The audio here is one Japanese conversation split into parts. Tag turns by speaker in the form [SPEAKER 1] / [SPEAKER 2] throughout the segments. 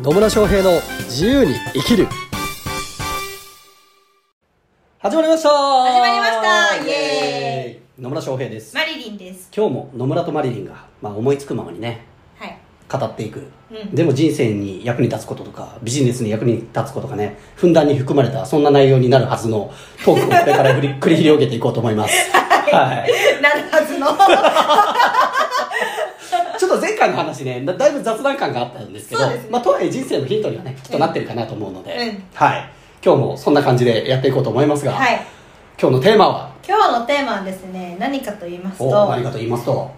[SPEAKER 1] 野村翔平の自由に生きる始まりました
[SPEAKER 2] 始まりましたイエーイ
[SPEAKER 1] 野村翔平です
[SPEAKER 2] マリリンです。
[SPEAKER 1] 今日も野村とマリリンが、まあ、思いつくままにね
[SPEAKER 2] はい。
[SPEAKER 1] 語っていく、
[SPEAKER 2] うん
[SPEAKER 1] でも人生に役に立つこととかビジネスに役に立つことがねふんだんに含まれたそんな内容になるはずのトークをこれから繰り繰り広げていこうと思います、 はい、
[SPEAKER 2] なるはずの。そ
[SPEAKER 1] ちょっと前回の話ねだだいぶ雑談感があったんですけど
[SPEAKER 2] そうですね
[SPEAKER 1] まあ、とはいえ人生のヒントにはねきっとなってるかなと思うので、
[SPEAKER 2] うん
[SPEAKER 1] はい、今日もそんな感じでやっていこうと思いますが、
[SPEAKER 2] うはい。
[SPEAKER 1] 今日のテーマは
[SPEAKER 2] 今日のテーマはですね、何かと言います
[SPEAKER 1] お
[SPEAKER 2] と
[SPEAKER 1] 何、かと言いますと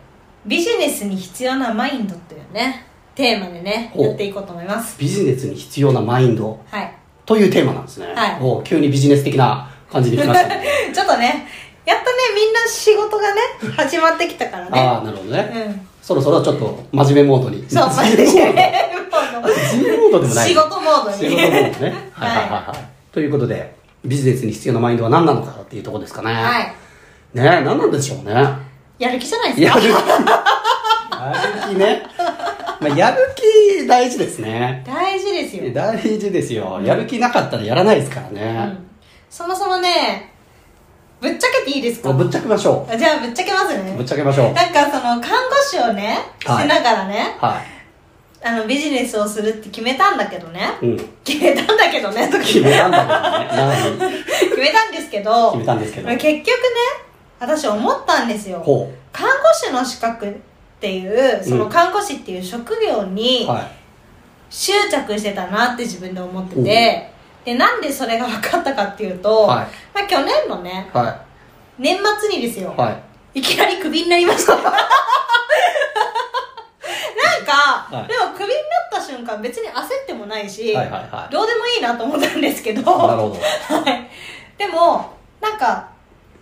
[SPEAKER 2] ビジネスに必要なマインドというね、テーマでね、
[SPEAKER 1] お
[SPEAKER 2] やっていこうと思います。
[SPEAKER 1] ビジネスに必要なマインド
[SPEAKER 2] はい。
[SPEAKER 1] というテーマなんですね、
[SPEAKER 2] はい
[SPEAKER 1] お急にビジネス的な感じに来ましたね
[SPEAKER 2] ちょっと ね、やっとね、みんな仕事がね、始まってきたからね。
[SPEAKER 1] ああなるほどね、
[SPEAKER 2] うん。
[SPEAKER 1] そろそろちょっと真面目モードに
[SPEAKER 2] そう、マ
[SPEAKER 1] 真
[SPEAKER 2] ジ
[SPEAKER 1] 面
[SPEAKER 2] で。
[SPEAKER 1] 目モード真面目モードでもない
[SPEAKER 2] 仕事モードに。
[SPEAKER 1] 仕事モードねは
[SPEAKER 2] はいい
[SPEAKER 1] はいはいはいということでビジネスに必要なマインドは何なのかっていうところですかね
[SPEAKER 2] はい。
[SPEAKER 1] ねえ何なんでしょうね
[SPEAKER 2] やる気じゃないです
[SPEAKER 1] や
[SPEAKER 2] か
[SPEAKER 1] る気やる気ね、まあ、やる気大事ですね
[SPEAKER 2] 大事ですよ。
[SPEAKER 1] 大事ですよやる気なかったらやらないですから
[SPEAKER 2] う
[SPEAKER 1] ね、
[SPEAKER 2] ん。そもそもね、ぶっちゃけていいですか
[SPEAKER 1] もうぶっちゃけましょ
[SPEAKER 2] あじゃあぶっちゃけます
[SPEAKER 1] う
[SPEAKER 2] ね
[SPEAKER 1] ぶっちゃけましょう
[SPEAKER 2] なんかその看護師をね、
[SPEAKER 1] はい
[SPEAKER 2] しながらね
[SPEAKER 1] は
[SPEAKER 2] あのビジネスをするって決めたんだけ どね
[SPEAKER 1] い、うん、
[SPEAKER 2] 決めたんだけどねとか
[SPEAKER 1] 決めたんだけどね何
[SPEAKER 2] 決めたんですけど
[SPEAKER 1] 決めたんですけど
[SPEAKER 2] 結局ね私思ったんですよ
[SPEAKER 1] ほ
[SPEAKER 2] 看護師の資格っていうその看護師っていう職業
[SPEAKER 1] う
[SPEAKER 2] に
[SPEAKER 1] は
[SPEAKER 2] 執着してたなって自分で思ってて、でなんでそれが分かったかっていうと、
[SPEAKER 1] いは
[SPEAKER 2] まあ、去年のね
[SPEAKER 1] いは
[SPEAKER 2] 年末にですよ、
[SPEAKER 1] いはい
[SPEAKER 2] いきなりクビになりました なんか、
[SPEAKER 1] い
[SPEAKER 2] でもクビになった瞬間別に焦ってもないし、
[SPEAKER 1] はいはいはい
[SPEAKER 2] どうでもいいなと思ったんですけど
[SPEAKER 1] なるほど
[SPEAKER 2] はい、でもなんか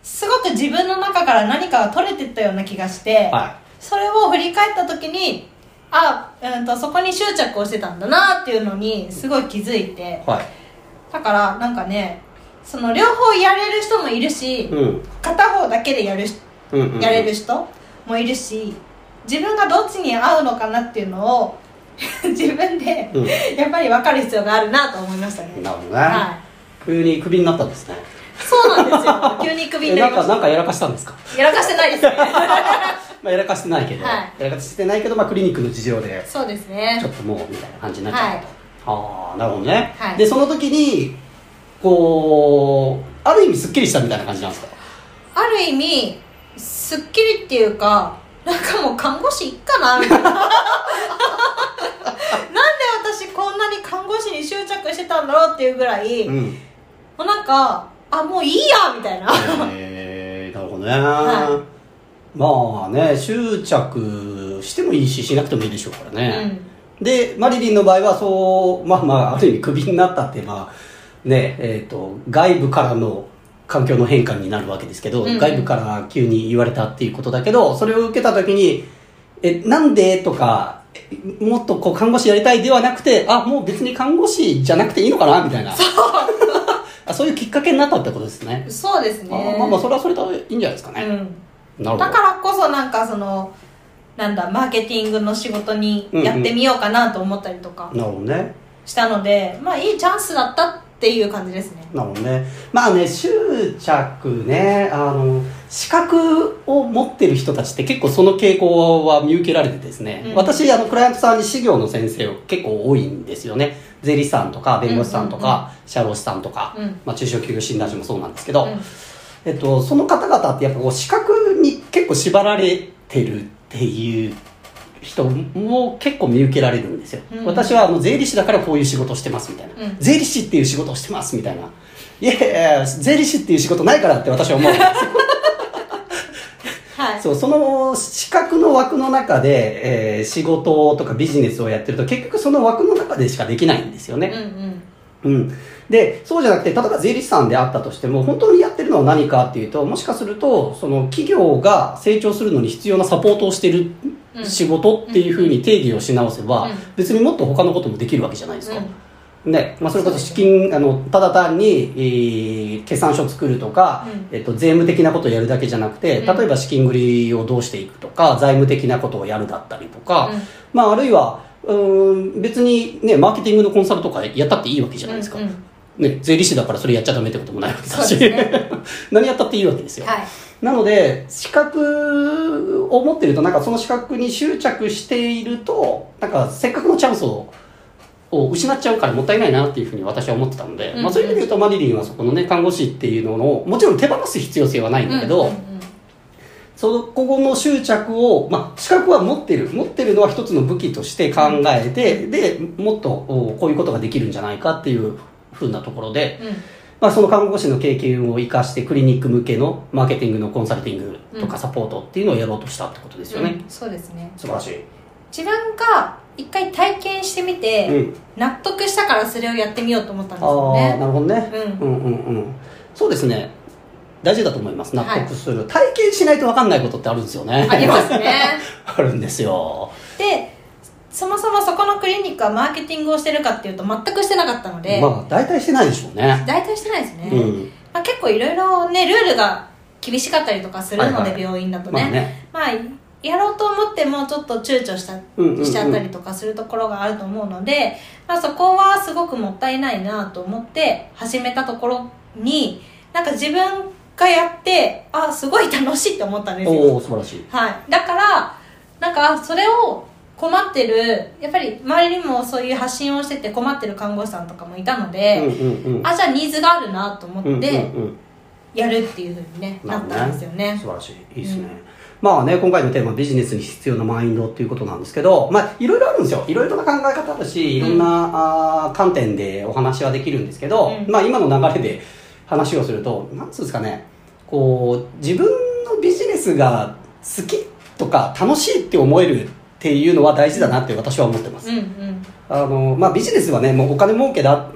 [SPEAKER 2] すごく自分の中から何かが取れてったような気がして、
[SPEAKER 1] は
[SPEAKER 2] それを振り返った時にあ、うん、とそこに執着をしてたんだなっていうのにすごい気づいて
[SPEAKER 1] いは
[SPEAKER 2] だからなんかねその両方やれる人もいるし、
[SPEAKER 1] い、うん
[SPEAKER 2] 片方だけでやる人
[SPEAKER 1] うんうん、
[SPEAKER 2] やれる人もいるし自分がどっちに合うのかなっていうのを 自分で
[SPEAKER 1] うん
[SPEAKER 2] やっぱり分かる必要があるなと思いましたね
[SPEAKER 1] なるほどね、
[SPEAKER 2] は
[SPEAKER 1] 急にクビになったんですね
[SPEAKER 2] い、そうな んですよ急にクビ
[SPEAKER 1] え
[SPEAKER 2] に
[SPEAKER 1] な
[SPEAKER 2] なんり
[SPEAKER 1] か
[SPEAKER 2] まし
[SPEAKER 1] なんかやらかしたんですか、
[SPEAKER 2] たやらかしてないですね
[SPEAKER 1] まあ、やらかしてないけど、
[SPEAKER 2] は
[SPEAKER 1] やらかしてないけど、まあ、クリニックの事情で
[SPEAKER 2] そうです
[SPEAKER 1] ちょ
[SPEAKER 2] ね
[SPEAKER 1] っともうみたいな感じになっちゃったと、ああなるほどね、
[SPEAKER 2] はい
[SPEAKER 1] でその時にこうある意味すっきりしたみたいな感じなんですか
[SPEAKER 2] ある意味すっきりっていうかなんかもう看護師いっかなみた いななんで私こんなに看護師に執着してたんだろうっていうぐらい、も
[SPEAKER 1] ん
[SPEAKER 2] うなんかあもういいやみたいな
[SPEAKER 1] えー、なるほどね、
[SPEAKER 2] は
[SPEAKER 1] まあね執着してもいいししなくてもいいでしょうからね、でマリリンの場合はそうまあまあある意味クビになったってまあねえー、と外部からの環境の変化になるわけですけど、
[SPEAKER 2] うん
[SPEAKER 1] 外部から急に言われたっていうことだけどそれを受けた時に「えなんで?」とかえ「もっとこう看護師やりたい」ではなくて「あもう別に看護師じゃなくていいのかな」みたいなそう あそういうきっかけになったってことですね
[SPEAKER 2] う、ん、そうです
[SPEAKER 1] あ
[SPEAKER 2] ね
[SPEAKER 1] まあまあそれはそれでいいんじゃないですかね、
[SPEAKER 2] う
[SPEAKER 1] なる
[SPEAKER 2] ん、
[SPEAKER 1] ほど
[SPEAKER 2] だからこそなんかそのなんだマーケティングの仕事にやってみようかなと思ったりとか
[SPEAKER 1] なるほどね
[SPEAKER 2] したので、まあいいチャンスだったっていう感じですね
[SPEAKER 1] なのねまあね執着ねあの資格を持ってる人たちって結構その傾向は見受けられてですね、
[SPEAKER 2] うん
[SPEAKER 1] 私あのクライアントさんに資業の先生を結構多いんですよね税理士さんとか弁護士さんと
[SPEAKER 2] うん
[SPEAKER 1] か社労士さんとか、
[SPEAKER 2] うん
[SPEAKER 1] まあ、中小企業診断士もそうなんですけど、
[SPEAKER 2] うん
[SPEAKER 1] えっと、その方々ってやっぱこう資格に結構縛られてるっていう人も結構見受けられるんですよ、
[SPEAKER 2] うん
[SPEAKER 1] 私はあの税理士だからこういう仕事をしてますみたいな、
[SPEAKER 2] うん
[SPEAKER 1] 税理士っていう仕事をしてますみたいないやいやいや税理士っていう仕事ないからって私は 思うんですよ
[SPEAKER 2] はい
[SPEAKER 1] そうその資格の枠の中で、えー仕事とかビジネスをやってると結局その枠の中でしかできないんですよね、
[SPEAKER 2] うんうん
[SPEAKER 1] うん、でそうじゃなくて例えば税理士さんであったとしても本当にやってるのは何かっていうともしかするとその企業が成長するのに必要なサポートをしてる
[SPEAKER 2] うん
[SPEAKER 1] 仕事っていうふうに定義をし直せば、
[SPEAKER 2] うん
[SPEAKER 1] 別にもっと他のこともできるわけじゃないですか。
[SPEAKER 2] うん
[SPEAKER 1] ねまあ、それこそ資金あのただ単に、えー決算書作るとか、
[SPEAKER 2] うん
[SPEAKER 1] えっと、税務的なことをやるだけじゃなくて、
[SPEAKER 2] うん
[SPEAKER 1] 例えば資金繰りをどうしていくとか財務的なことをやるだったりとか、
[SPEAKER 2] うん
[SPEAKER 1] まあ、あるいはうん別にねマーケティングのコンサルとかやったっていいわけじゃないですか、
[SPEAKER 2] うんうん
[SPEAKER 1] ね、税理士だからそれやっちゃダメってこともないわけだ
[SPEAKER 2] そ
[SPEAKER 1] し、
[SPEAKER 2] うですね
[SPEAKER 1] 何やったっていいわけですよ、
[SPEAKER 2] はい
[SPEAKER 1] なので資格を持ってるとなんかその資格に執着しているとなんかせっかくのチャンスをを失っちゃうからもったいないなっていうふうに私は思ってたので、
[SPEAKER 2] うんうん
[SPEAKER 1] まあ、そういう意味で言うとマリリンはそこのね看護師っていうのをもちろん手放す必要性はないんだけど、
[SPEAKER 2] うんうんうん
[SPEAKER 1] そこの執着を、まあ、資格は持ってる持ってるのは一つの武器として考えて、でもっとおこういうことができるんじゃないかっていうふうなところで、
[SPEAKER 2] うん
[SPEAKER 1] まあ、その看護師の経験を生かしてクリニック向けのマーケティングのコンサルティングとかサポートっていうのをやろうとしたってことですよね、
[SPEAKER 2] うんそうですね
[SPEAKER 1] 素晴らしい、
[SPEAKER 2] 自分が一回体験してみて、
[SPEAKER 1] うん、
[SPEAKER 2] 納得したからそれをやってみようと思ったんです
[SPEAKER 1] ああ
[SPEAKER 2] よ
[SPEAKER 1] な
[SPEAKER 2] ね
[SPEAKER 1] るほどね、
[SPEAKER 2] うん
[SPEAKER 1] うんうんうんそうですね大事だと思います納
[SPEAKER 2] はい
[SPEAKER 1] 得する、体験しないと分かんないことってあるんですよね
[SPEAKER 2] ありますね
[SPEAKER 1] あるんですよ
[SPEAKER 2] でそもそもそこのクリニックはマーケティングをしてるかっていうと全くしてなかったので、
[SPEAKER 1] まあ大体してないでしょうね
[SPEAKER 2] 大体してないですね、
[SPEAKER 1] うん
[SPEAKER 2] まあ、結構いろいろねルールが厳しかったりとかするので、
[SPEAKER 1] はいはい
[SPEAKER 2] 病院だと
[SPEAKER 1] まあ
[SPEAKER 2] ね,、
[SPEAKER 1] ね
[SPEAKER 2] まあ、やろうと思ってもちょっと躊躇した
[SPEAKER 1] うんうんうん
[SPEAKER 2] しちゃったりとかするところがあると思うので、まあ、そこはすごくもったいないなと思って始めたところになんか自分がやってあすごい楽しいって思ったんですよ
[SPEAKER 1] おお素晴らしい
[SPEAKER 2] はい、だからなんかそれを困ってるやっぱり周りにもそういう発信をしてて困ってる看護師さんとかもいたので、
[SPEAKER 1] うんうんうん
[SPEAKER 2] あじゃあニーズがあるなと思
[SPEAKER 1] うん
[SPEAKER 2] っ
[SPEAKER 1] う
[SPEAKER 2] て
[SPEAKER 1] んうん
[SPEAKER 2] やるっていうふうに、ねなったんですよね
[SPEAKER 1] 素晴らしい。いいですね。まあね、今回のテーマビジネスに必要なマインドっていうことなんですけど、まあいろいろあるんですよ。いろいろな考え方だし、いろんな、あー観点でお話はできるんですけど、
[SPEAKER 2] うん
[SPEAKER 1] まあ今の流れで話をすると、なんつうんですかね、こう、自分のビジネスが好きとか楽しいって思えるっていうのは大事だなって私は思ってます。
[SPEAKER 2] うんうん
[SPEAKER 1] あのまあ、ビジネスはねもうお金儲けだ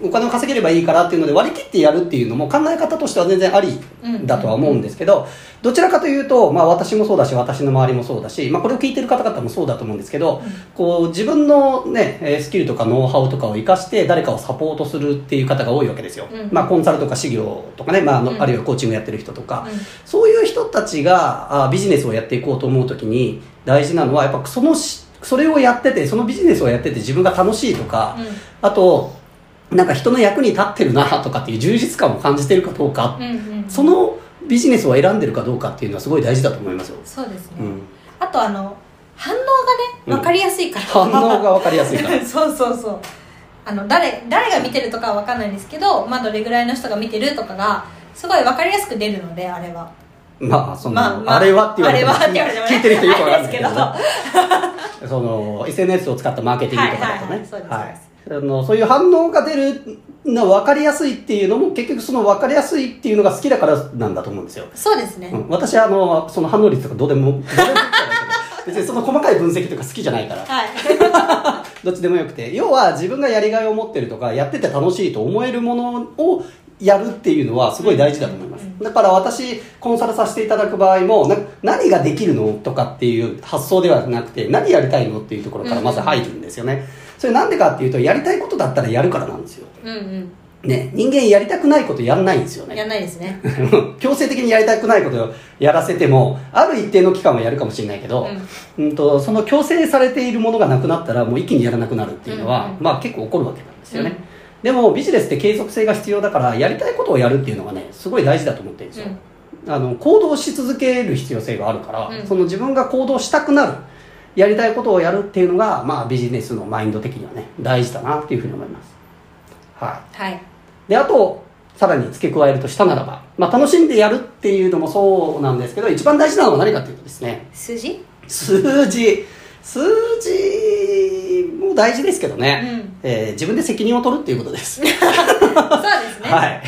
[SPEAKER 1] お金を稼げればいいからっていうので割り切ってやるっていうのも考え方としては全然ありだとは思うんですけど、どちらかというと、まあ、私もそうだし私の周りもそうだし、まあ、これを聞いてる方々もそうだと思うんですけど、こう自分の、ね、えースキルとかノウハウとかを生かして誰かをサポートするっていう方が多いわけですよ、
[SPEAKER 2] うん
[SPEAKER 1] まあ、コンサルとか事業とかね、まああの
[SPEAKER 2] うん
[SPEAKER 1] あるいはコーチングやってる人とか、
[SPEAKER 2] うん
[SPEAKER 1] そういう人たちがあビジネスをやっていこうと思うときに大事なのはやっぱそのしそれをやっててそのビジネスをやってて自分が楽しいとか、
[SPEAKER 2] うん
[SPEAKER 1] あとなんか人の役に立ってるなとかっていう充実感を感じてるかどうか、
[SPEAKER 2] うんうん
[SPEAKER 1] そのビジネスを選んでるかどうかっていうのはすごい大事だと思いますよ、
[SPEAKER 2] そうですね、
[SPEAKER 1] うん、
[SPEAKER 2] あとあの反応が
[SPEAKER 1] うん
[SPEAKER 2] ね分かりやすいから、
[SPEAKER 1] 反応が分かりやすいから
[SPEAKER 2] そうそうそうあの誰誰が見てるとかは分かんないんですけど、まあ、どれぐらいの人が見てるとかがすごい分かりやすく出るのであれは
[SPEAKER 1] まあその、
[SPEAKER 2] まあまあ
[SPEAKER 1] あれはって言われても
[SPEAKER 2] あれはって言われてもね
[SPEAKER 1] 聞いてる人よくわかんないけど,、
[SPEAKER 2] あ
[SPEAKER 1] その SNS を使ったマーケティングとかだと
[SPEAKER 2] はいはいはい
[SPEAKER 1] ね
[SPEAKER 2] そうです
[SPEAKER 1] はいあのそういう反応が出るの分かりやすいっていうのも結局その分かりやすいっていうのが好きだからなんだと思うんですよ、
[SPEAKER 2] そうですね、
[SPEAKER 1] うん、私はあのその反応率とかどうでもどうでもいいからだけど別にその細かい分析とか好きじゃないから
[SPEAKER 2] はい
[SPEAKER 1] どっちでもよくて要は自分がやりがいを持ってるとかやってて楽しいと思えるものをやるっていうのはすごい大事だと思います、
[SPEAKER 2] うんうん
[SPEAKER 1] だから私コンサルさせていただく場合もな何ができるのとかっていう発想ではなくて何やりたいのっていうところからまず入るんですよね、それなんでかっていうとやりたいことだったらやるからなんですよ
[SPEAKER 2] うん
[SPEAKER 1] ね人間やりたくないことやんないんですよ
[SPEAKER 2] う
[SPEAKER 1] ね
[SPEAKER 2] んやんないですね
[SPEAKER 1] 強制的にやりたくないことをやらせてもある一定の期間はやるかもしれないけど、うんとその強制されているものがなくなったらもう一気にやらなくなるっていうのは、
[SPEAKER 2] うんうん
[SPEAKER 1] まあ、結構起こるわけなんですよね、
[SPEAKER 2] うん
[SPEAKER 1] でもビジネスって継続性が必要だからやりたいことをやるっていうのがねすごい大事だと思ってるんですよ、あの行動し続ける必要性があるから、
[SPEAKER 2] うん
[SPEAKER 1] その自分が行動したくなるやりたいことをやるっていうのが、まあ、ビジネスのマインド的にはね大事だなっていうふうに思いますはい
[SPEAKER 2] はい
[SPEAKER 1] であとさらに付け加えるとしたならば、まあ、楽しんでやるっていうのもそうなんですけど一番大事なのは何かっていうとですね
[SPEAKER 2] 数字
[SPEAKER 1] 数字数字も大事ですけど
[SPEAKER 2] う
[SPEAKER 1] ね、
[SPEAKER 2] ん
[SPEAKER 1] えー自分で責任を取るっていうことです
[SPEAKER 2] そうですね
[SPEAKER 1] はい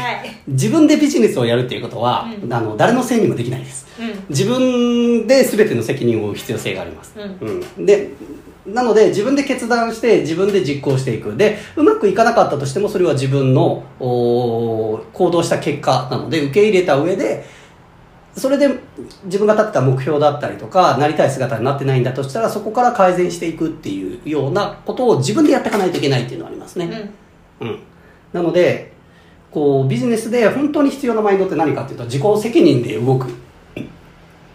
[SPEAKER 1] 自分でビジネスをやるっていうことは、
[SPEAKER 2] うん
[SPEAKER 1] あの誰のせいにもできないです
[SPEAKER 2] うん
[SPEAKER 1] 自分で全ての責任を負う必要性があります、
[SPEAKER 2] うん
[SPEAKER 1] うんでなので自分で決断して自分で実行していくでうまくいかなかったとしてもそれは自分のおー行動した結果なので受け入れた上でそれで自分が立てた目標だったりとかなりたい姿になってないんだとしたらそこから改善していくっていうようなことを自分でやっていかないといけないっていうのはありますね、
[SPEAKER 2] うん
[SPEAKER 1] うん、なのでこうビジネスで本当に必要なマインドって何かっていうと自己責任で動く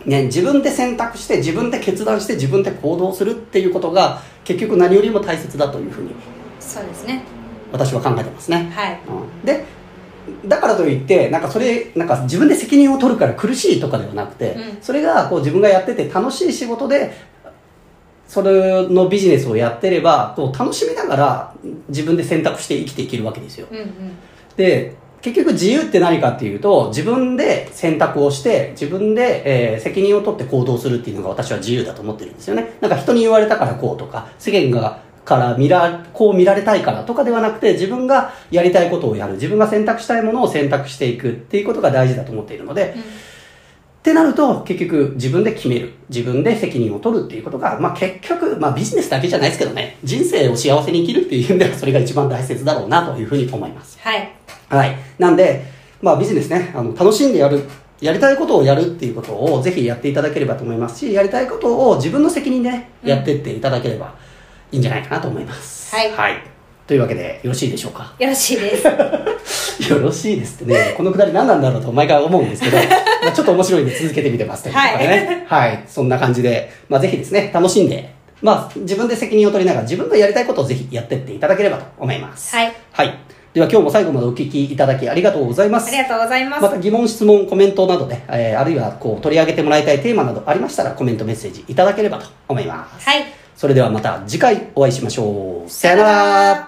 [SPEAKER 1] ね、自分で選択して自分で決断して自分で行動するっていうことが結局何よりも大切だというふうに
[SPEAKER 2] そうですね
[SPEAKER 1] 私は考えてますね、
[SPEAKER 2] はい
[SPEAKER 1] うん、でだからといってなんかそれなんか自分で責任を取るから苦しいとかではなくて、
[SPEAKER 2] うん
[SPEAKER 1] それがこう自分がやってて楽しい仕事でそれのビジネスをやってればこう楽しみながら自分で選択して生きていけるわけですよ
[SPEAKER 2] うんうん
[SPEAKER 1] で結局自由って何かっていうと自分で選択をして自分で、えー責任を取って行動するっていうのが私は自由だと思ってるんですよねなんか人に言われたからこうとか世間がから見らこう見られたいからとかではなくて自分がやりたいことをやる自分が選択したいものを選択していくっていうことが大事だと思っているのでってなると結局自分で決める自分で責任を取るっていうことが、まあ、結局、まあ、ビジネスだけじゃないですけどね人生を幸せに生きるっていう意味ではそれが一番大切だろうなというふうに思います
[SPEAKER 2] はい
[SPEAKER 1] はい。なんで、まあビジネスね、あの、楽しんでやる、やりたいことをやるっていうことをぜひやっていただければと思いますし、やりたいことを自分の責任でね、
[SPEAKER 2] うん
[SPEAKER 1] やってっていただければいいんじゃないかなと思います。
[SPEAKER 2] はい
[SPEAKER 1] というわけで、よろしいでしょうか。
[SPEAKER 2] よろしいです
[SPEAKER 1] よろしいですってね、このくだり何なんだろうと毎回思うんです けど、まあちょっと面白いんで続けてみてますということでね。はい、そんな感じで、まあぜひですね、楽しんで、まあ自分で責任を取りながら自分のやりたいことをぜひやってっていただければと思います。
[SPEAKER 2] はい
[SPEAKER 1] はい。では今日も最後までお聞きいただきありがとうございます
[SPEAKER 2] あり。がとうございます、
[SPEAKER 1] また疑問、質問、コメントなどね、えーあるいはこう取り上げてもらいたいテーマなどありましたらコメント、メッセージいただければと思います。
[SPEAKER 2] はい
[SPEAKER 1] それではまた次回お会いしましょう。さよなら。